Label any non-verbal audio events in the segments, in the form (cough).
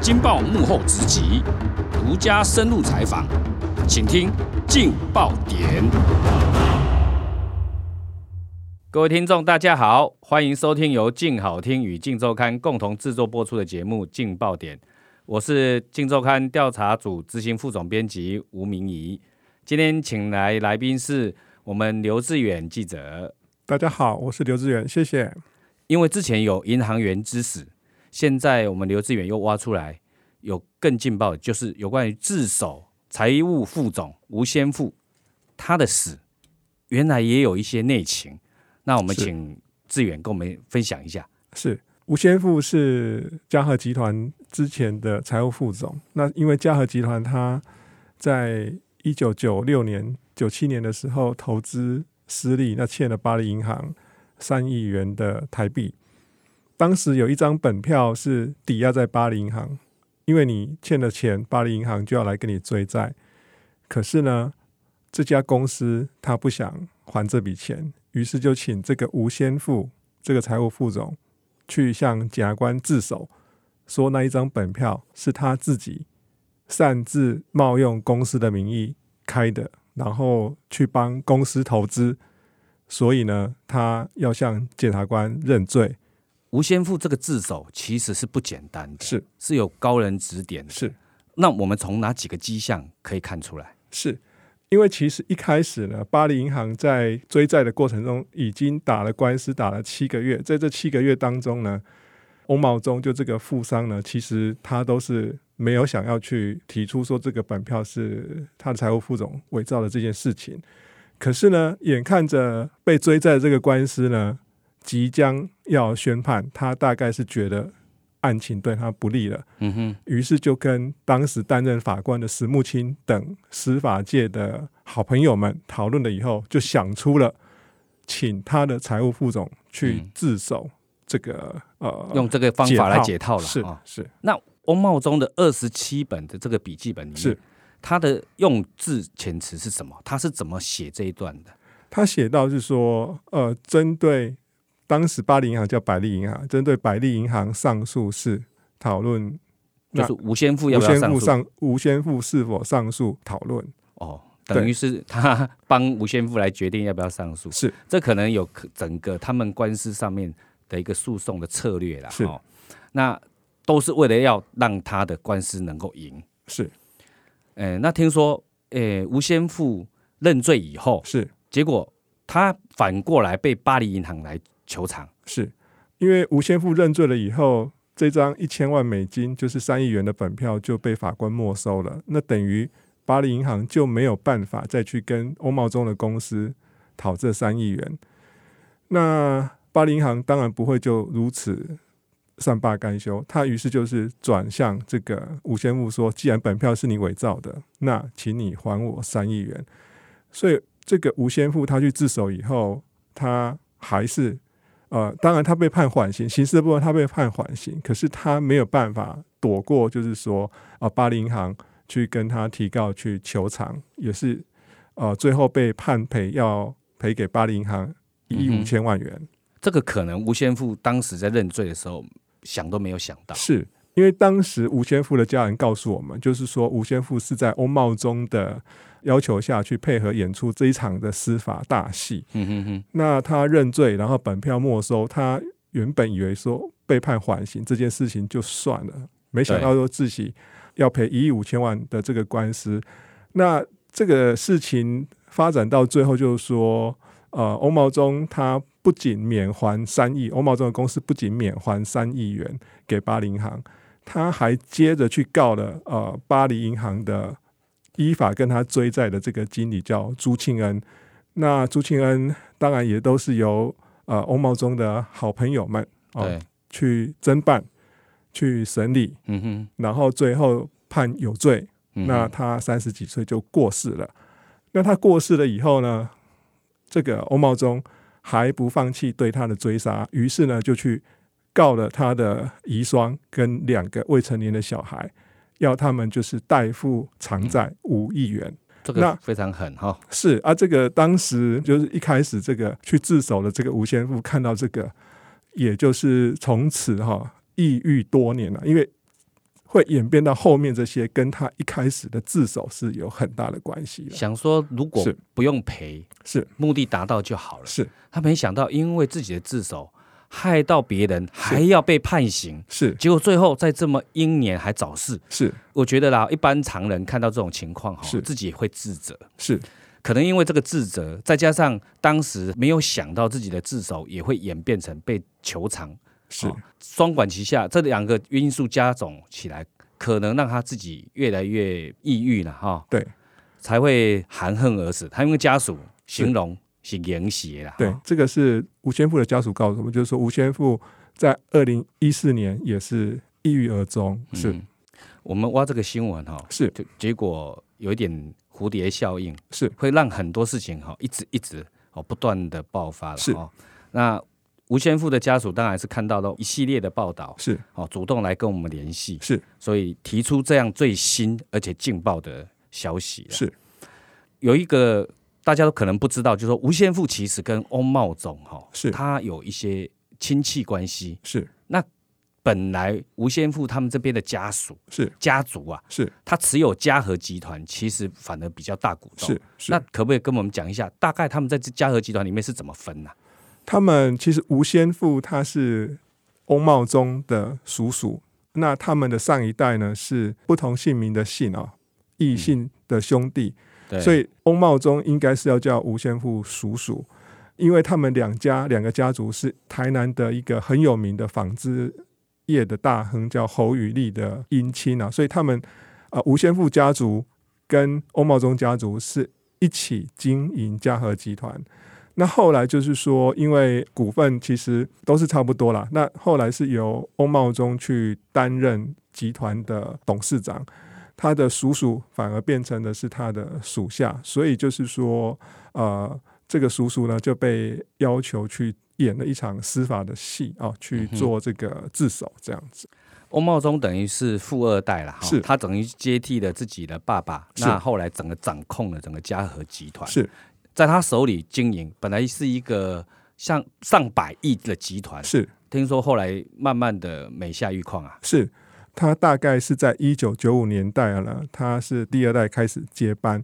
劲爆幕后直击，独家深入采访，请听《劲爆点》。各位听众，大家好，欢迎收听由静好听与静周刊共同制作播出的节目《劲爆点》，我是静周刊调查组执行副总编辑吴明仪。今天请来来宾是我们刘志远记者，大家好，我是刘志远，谢谢。因为之前有银行员之死，现在我们刘志远又挖出来有更劲爆的，就是有关于自首财务副总吴先富他的死，原来也有一些内情。那我们是请志远跟我们分享一下。是吴先富是嘉禾集团之前的财务副总。那因为嘉禾集团他在一九九六年、九七年的时候投资失利，那欠了巴黎银行三亿元的台币。当时有一张本票是抵押在巴黎银行，因为你欠了钱，巴黎银行就要来跟你追债。可是呢，这家公司他不想还这笔钱，于是就请这个吴先富这个财务副总去向检察官自首，说那一张本票是他自己擅自冒用公司的名义开的，然后去帮公司投资，所以呢，他要向检察官认罪。吴先富这个自首其实是不简单的，是是有高人指点的。是那我们从哪几个迹象可以看出来？是，因为其实一开始呢，巴黎银行在追债的过程中已经打了官司，打了七个月，在这七个月当中呢，翁茂忠就这个富商呢，其实他都是没有想要去提出说这个本票是他的财务副总伪造的这件事情。可是呢，眼看着被追债的这个官司呢，即将要宣判，他大概是觉得案情对他不利了，嗯哼，于是就跟当时担任法官的石木清等司法界的好朋友们讨论了以后，就想出了请他的财务副总去嗯自首这个、呃用这个方法来解套了是啊。是翁茂忠的二十七本的这个笔记本里面，是，他的用字遣词是什么？他是怎么写这一段的？他写到是说，呃，针对当时巴黎银行叫百利银行，针对百利银行上诉是讨论就那是吴先富要吴不要先上富诉？上吴先富是否上诉讨论哦，等于是他帮吴先富来决定要不要上诉。是这可能有可整个他们官司上面的一个诉讼的策略啦。是哦，那都是为了要让他的官司能够赢。是诶，那听说，诶，吴先富认罪以后，是结果他反过来被巴黎银行来求偿。是，因为吴先富认罪了以后，这张一千万美金就是三亿元的本票就被法官没收了，那等于巴黎银行就没有办法再去跟欧茂忠的公司讨这三亿元。那巴黎银行当然不会就如此善罢甘休，他于是就是转向这个吴先富说：“既然本票是你伪造的，那请你还我三亿元。”所以这个吴先富他去自首以后，他还是呃，当然他被判缓刑，刑事的部分他被判缓刑，可是他没有办法躲过，就是说啊、巴黎银行去跟他提告去求偿，也是呃，最后被判赔要赔给巴黎银行一亿嗯哼五千万元。这个可能吴先富当时在认罪的时候想都没有想到。是因为当时吴先富的家人告诉我们，就是说吴先富是在欧茂忠的要求下去配合演出这一场的司法大戏。嗯哼哼，那他认罪，然后本票没收，他原本以为说被判缓刑这件事情就算了，没想到说自己要赔一亿五千万的这个官司。那这个事情发展到最后，就是说，呃，欧茂忠他不仅免还三亿，欧茂忠的公司不仅免还三亿元给巴黎银行，他还接着去告了呃巴黎银行的依法跟他追债的这个经理叫朱庆恩。那朱庆恩当然也都是由呃欧茂忠的好朋友们对，去侦办、去审理，嗯哼，然后最后判有罪，嗯哼那他三十几岁就过世了。那他过世了以后呢，这个欧茂忠还不放弃对他的追杀，于是呢就去告了他的遗孀跟两个未成年的小孩，要他们就是代付偿债五亿元。这那个非常狠哈、是啊，这个当时就是一开始这个去自首的这个吴先富看到这个，也就是从此哈、抑郁多年了、因为会演变到后面这些，跟他一开始的自首是有很大的关系的。想说如果是不用赔，是目的达到就好了。是他没想到，因为自己的自首害到别人，还要被判刑，是结果最后在这么英年还早逝。是我觉得啦，一般常人看到这种情况哈，是自己也会自责。是可能因为这个自责，再加上当时没有想到自己的自首也会演变成被求偿，是哦，双管齐下，这两个因素加总起来，可能让他自己越来越抑郁了哈、对才会含恨而死。他因为家属形容是严邪啦，对哈，这个是吴先富的家属告诉我们，就是说吴先富在二零一四年也是抑郁而终，是嗯我们挖这个新闻哈、是就结果有一点蝴蝶效应，是会让很多事情哈、一直一直哦不断的爆发了是哦。那吴先富的家属当然是看到了一系列的报道，是哦，主动来跟我们联系，是所以提出这样最新而且劲爆的消息了。是有一个大家都可能不知道，就是说吴先富其实跟翁茂总哈、是他有一些亲戚关系。是本来吴先富他们这边的家属是家族啊，是他持有嘉禾集团，其实反而比较大股东。是是那。可不可以跟我们讲一下，大概他们在这嘉禾集团里面是怎么分啊呢、他们其实吴先富他是翁茂宗的叔叔，那他们的上一代呢是不同姓名的姓哦，异姓的兄弟，对所以翁茂宗应该是要叫吴先富叔叔，因为他们两家两个家族是台南的一个很有名的纺织业的大亨叫侯宇立的姻亲啊，所以他们啊吴先富家族跟翁茂宗家族是一起经营嘉禾集团。那后来就是说，因为股份其实都是差不多啦。那后来是由翁茂忠去担任集团的董事长，他的叔叔反而变成的是他的属下，所以就是说，呃，这个叔叔呢就被要求去演了一场司法的戏啊、去嗯哼做这个自首这样子。翁茂忠等于是富二代了，哈是他等于接替了自己的爸爸，是那后来整个掌控了整个嘉禾集团，是在他手里经营，本来是一个像上百亿的集团，是听说后来慢慢的每下愈况啊，是，他大概是在一九九五年代了，他是第二代开始接班。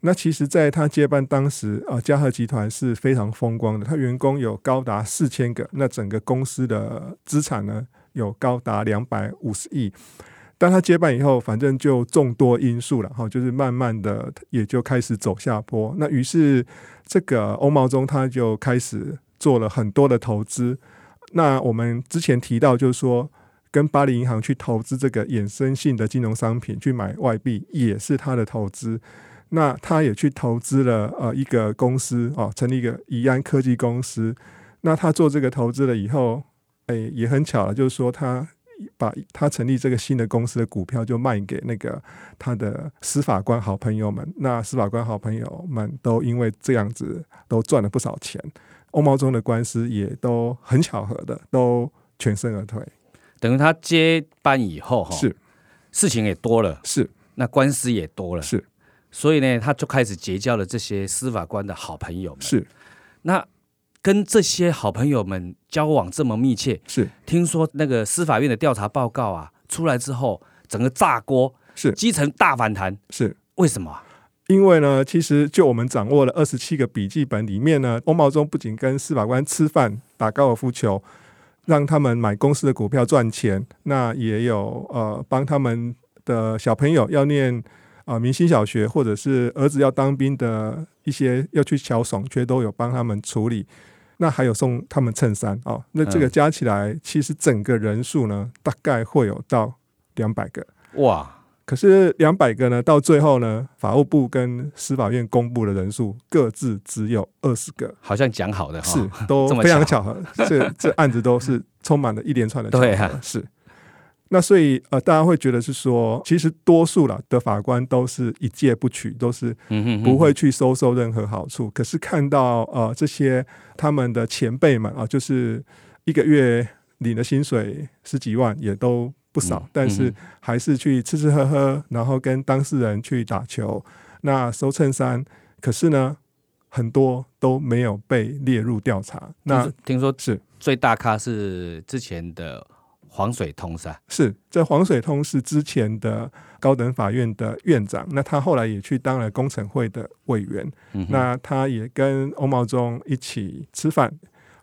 那其实，在他接班当时啊，嘉禾集团是非常风光的，他员工有高达四千个，那整个公司的资产呢有高达两百五十亿。但他接班以后，反正就众多因素了哈，就是慢慢的也就开始走下坡。那于是这个欧茂忠他就开始做了很多的投资。那我们之前提到，就是说跟巴黎银行去投资这个衍生性的金融商品，去买外币也是他的投资。那他也去投资了呃一个公司哦，成立一个宜安科技公司。那他做这个投资了以后，哎，也很巧了，就是说他把他成立这个新的公司的股票就卖给那个他的司法官好朋友们。那司法官好朋友们都因为这样子都赚了不少钱。欧茂中的官司也都很巧合的，都全身而退。等于他接班以后哈，是事情也多了，是那官司也多了，是所以呢，他就开始结交了这些司法官的好朋友们，是那跟这些好朋友们交往这么密切，是听说那个司法院的调查报告啊出来之后，整个炸锅，是基层大反弹，是，为什么啊、因为呢，其实就我们掌握了二十七个笔记本里面呢，欧茂忠不仅跟司法官吃饭、打高尔夫球，让他们买公司的股票赚钱，那也有呃帮他们的小朋友要念啊、呃明星小学，或者是儿子要当兵的一些要去小爽缺都有帮他们处理。那还有送他们衬衫哦，那这个嗯加起来，其实整个人数呢，大概会有到两百个。哇，可是两百个呢，到最后呢，法务部跟司法院公布的人数各自只有二十个，好像讲好的哈，是哦都这么非常巧巧合。这这案子 (laughs) 都是充满了一连串的巧合，对啊是。那所以呃，大家会觉得是说，其实多数啦的法官都是一届不取，都是嗯哼哼不会去收受任何好处。可是看到呃这些他们的前辈们啊、就是一个月领的薪水十几万也都不少，嗯但是嗯还是去吃吃喝喝，然后跟当事人去打球，那收衬衫。可是呢，很多都没有被列入调查。那听说是最大咖是之前的黄水通是吧？是，这黄水通是之前的高等法院的院长，那他后来也去当了工程会的委员，嗯哼那他也跟欧茂忠一起吃饭。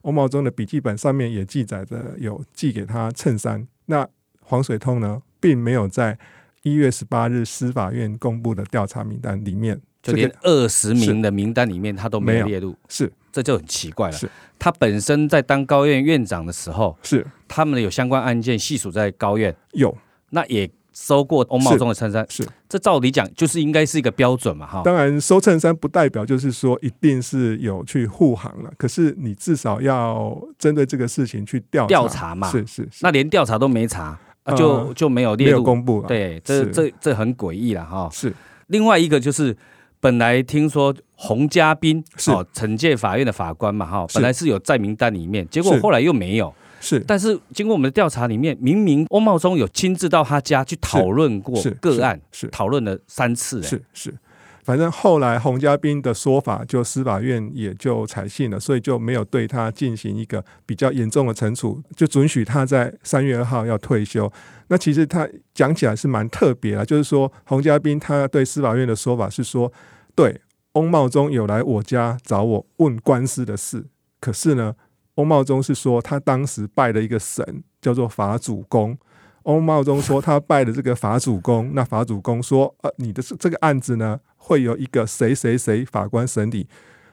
欧茂忠的笔记本上面也记载着有寄给他衬衫。那黄水通呢，并没有在一月十八日司法院公布的调查名单里面，就这个连二十名的名单里面他都没有没有列入，是这就很奇怪了是。他本身在当高院院长的时候，是他们有相关案件系属在高院，有。那也收过欧茂是忠的衬衫，是这照理讲就是应该是一个标准嘛哈。当然，收衬衫不代表就是说一定是有去护航了，可是你至少要针对这个事情去调调查嘛是是是，那连调查都没查，啊呃就就没有没列有入。公布啊，对，这是这这很诡异了哈。是另外一个就是，本来听说洪家斌是哦，惩戒法院的法官嘛哈，是本来是有在名单里面，结果是后来又没有。是但是经过我们的调查里面，明明欧茂忠有亲自到他家去讨论过是个案，是讨论了三次，哎是是，反正后来洪家斌的说法，就司法院也就采信了，所以就没有对他进行一个比较严重的惩处，就准许他在三月二号要退休。那其实他讲起来是蛮特别啦，就是说洪家斌他对司法院的说法是说，对翁茂忠有来我家找我问官司的事，可是呢，翁茂忠是说他当时拜了一个神叫做法主公。翁茂忠说他拜了这个法主公，那法主公说，呃，你的这这个案子呢，会有一个谁谁谁法官审理，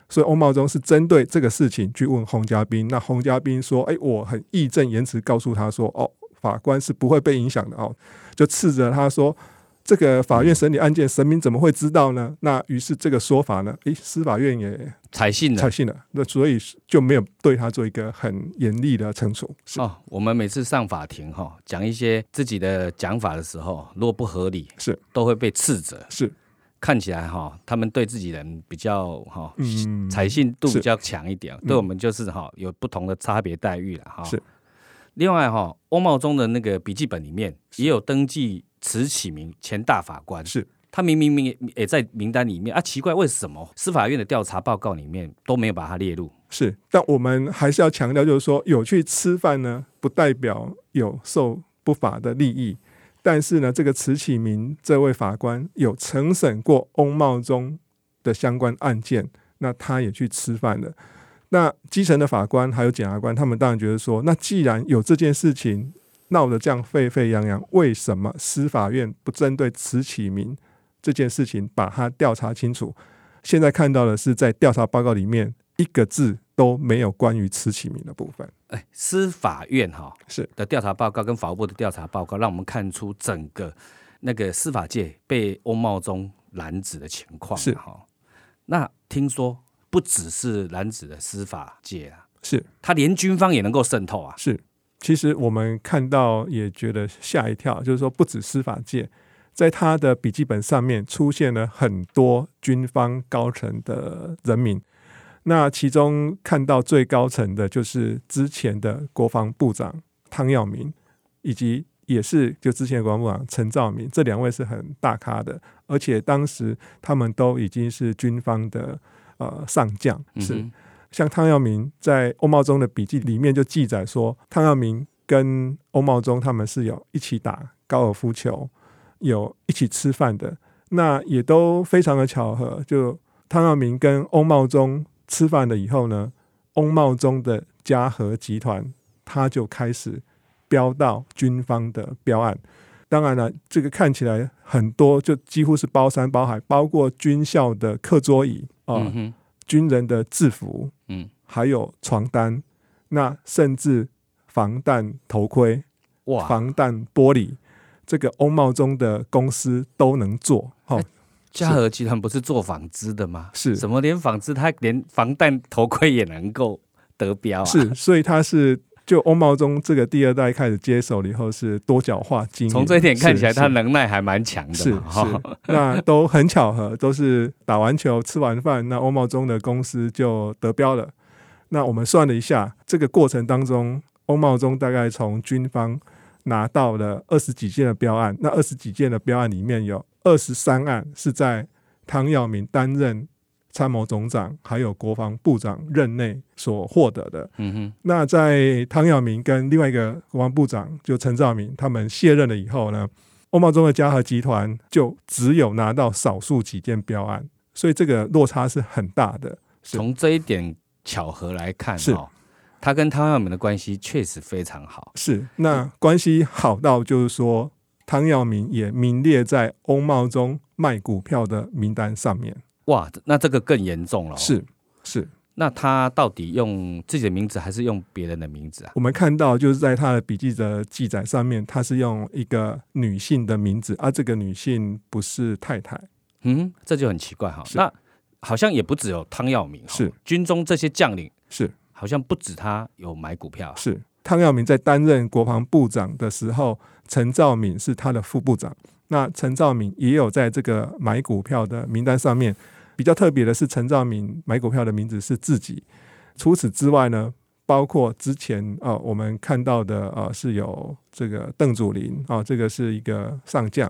所以翁茂忠是针对这个事情去问洪家斌，那洪家斌说，哎，我很义正言辞告诉他说，哦，法官是不会被影响的哦，就斥责他说。这个法院审理案件，神明怎么会知道呢？那于是这个说法呢，诶，司法院也采信了采。信了，那所以就没有对他做一个很严厉的惩处。是哦，我们每次上法庭哈、讲一些自己的讲法的时候，如果不合理，是都会被斥责。是，看起来哈、他们对自己人比较哈、嗯，采信度比是较强一点，对我们就是哈、有不同的差别待遇了哈、是。另外哈、欧茂忠的那个笔记本里面也有登记迟启明前大法官，是他明明明也也哎在名单里面啊，奇怪为什么司法院的调查报告里面都没有把他列入？是，但我们还是要强调，就是说有去吃饭呢，不代表有受不法的利益。但是呢，这个迟启明这位法官有承审过翁茂忠的相关案件，那他也去吃饭了。那基层的法官还有检察官，他们当然觉得说，那既然有这件事情闹得这样沸沸扬扬，为什么司法院不针对迟启明这件事情把它调查清楚？现在看到的是，在调查报告里面一个字都没有关于迟启明的部分。哎，司法院哈、是的调查报告跟法务部的调查报告，让我们看出整个那个司法界被翁茂忠染指的情况是哈。那听说不只是染指的司法界啊，是他连军方也能够渗透啊。是，其实我们看到也觉得吓一跳，就是说不止司法界，在他的笔记本上面出现了很多军方高层的人名。那其中看到最高层的就是之前的国防部长汤耀明，以及也是就之前的国防部长陈兆明，这两位是很大咖的，而且当时他们都已经是军方的呃上将，嗯是、哼像汤耀明在欧茂忠的笔记里面就记载说，汤耀明跟欧茂忠他们是有一起打高尔夫球，有一起吃饭的，那也都非常的巧合。就汤耀明跟欧茂忠吃饭了以后呢，欧茂忠的嘉禾集团他就开始标到军方的标案。当然了，这个看起来很多，就几乎是包山包海，包括军校的课桌椅啊、嗯哼，军人的制服，嗯，还有床单，那甚至防弹头盔、哇，防弹玻璃，这个欧茂中的公司都能做。哦，嘉禾集团不是做纺织的吗？是怎哎么连纺织，他连防弹头盔也能够得标啊？是，所以他是就欧茂中这个第二代开始接手了以后是多角化经营。从这一点看起来，是他能耐还蛮强的是嘛。哈 (laughs) 是，那都很巧合，都是打完球吃完饭，那欧茂中的公司就得标了。那我们算了一下，这个过程当中，欧茂中大概从军方拿到了二十几件的标案，那二十几件的标案里面有二十三案是在汤耀明担任参谋总长还有国防部长任内所获得的。嗯哼，那在唐耀明跟另外一个国防部长就陈兆明他们卸任了以后呢，欧茂中的嘉禾集团就只有拿到少数几件标案，所以这个落差是很大的。是从这一点巧合来看，是哦，他跟汤耀明的关系确实非常好。是，那关系好到就是说，汤耀明也名列在欧茂中卖股票的名单上面。哇，那这个更严重了、哦。，是是，那他到底用自己的名字还是用别人的名字啊？我们看到就是在他的笔记的记载上面，他是用一个女性的名字，而、啊这个女性不是太太。嗯，这就很奇怪哈、是那好像也不只有汤耀明、哦，是军中这些将领，是好像不止他有买股票啊、是，汤耀明在担任国防部长的时候，陈兆敏是他的副部长。那陈兆敏也有在这个买股票的名单上面。比较特别的是，陈兆敏买股票的名字是自己。除此之外呢，包括之前呃我们看到的呃是有这个邓祖林啊、这个是一个上将。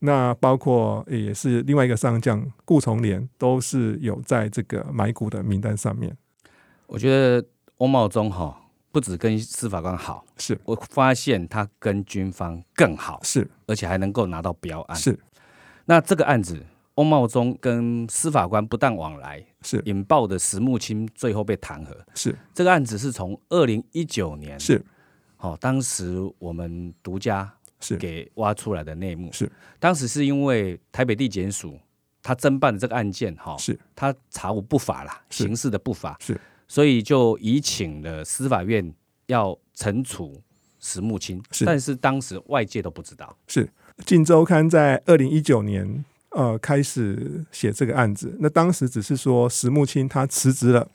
那包括也是另外一个上将顾从廉，都是有在这个买股的名单上面。我觉得欧茂忠哈、不止跟司法官好，是我发现他跟军方更好，是而且还能够拿到标案。是那这个案子，欧茂忠跟司法官不但往来，是引爆的石木清最后被弹劾。是这个案子是从二零一九年，是好、当时我们独家是给挖出来的内幕是，当时是因为台北地检署他侦办的这个案件哈、是他查无不法啦，是刑事的不法是所以就移请了司法院要惩处石木清，是但是当时外界都不知道， 《镜周刊》在二零一九年呃开始写这个案子，那当时只是说石木清他辞职了，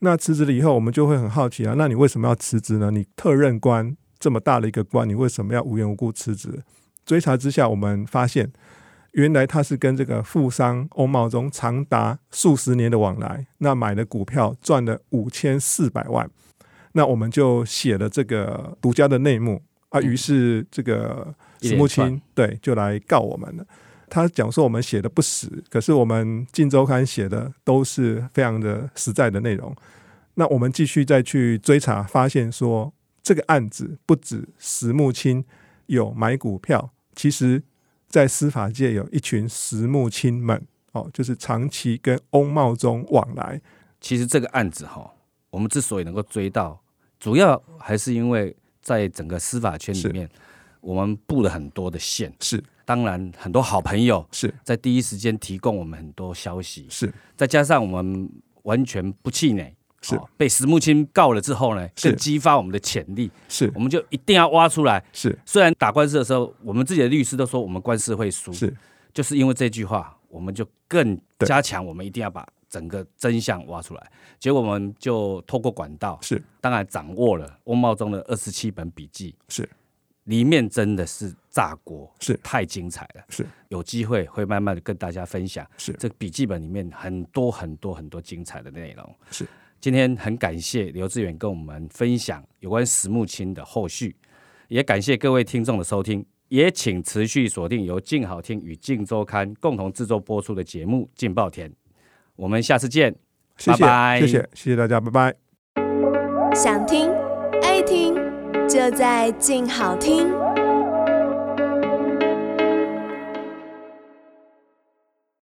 那辞职了以后，我们就会很好奇啊，那你为什么要辞职呢？你特任官这么大的一个官，你为什么要无缘无故辞职？追查之下，我们发现原来他是跟这个富商欧茂忠长达数十年的往来，那买的股票赚了五千四百万，那我们就写了这个独家的内幕啊，于是这个嗯一石连木串清对就来告我们了。他讲说我们写的不实，可是我们《镜周刊》写的都是非常的实在的内容。那我们继续再去追查，发现说这个案子不止石木清有买股票，其实在司法界有一群石木清们哦，就是长期跟欧茂忠往来。其实这个案子哈、我们之所以能够追到，主要还是因为在整个司法圈里是面，我们布了很多的线，是当然很多好朋友是在第一时间提供我们很多消息，是再加上我们完全不气馁。是哦被石木清告了之后呢，是更激发我们的潜力，是我们就一定要挖出来。是虽然打官司的时候，我们自己的律师都说我们官司会输，是就是因为这句话，我们就更对加强，我们一定要把整个真相挖出来。结果我们就透过管道，是当然掌握了翁茂忠的二十七本笔记，是里面真的是炸锅，是太精彩了。是有机会会慢慢的跟大家分享，是这笔记本里面很多很多很多精彩的内容。是，今天很感谢刘志远跟我们分享有关石木清的后续，也感谢各位听众的收听，也请持续锁定由静好听与静周刊共同制作播出的节目《劲爆甜》，我们下次见。谢谢拜拜谢谢谢谢大家，拜拜。想听爱听，就在静好听。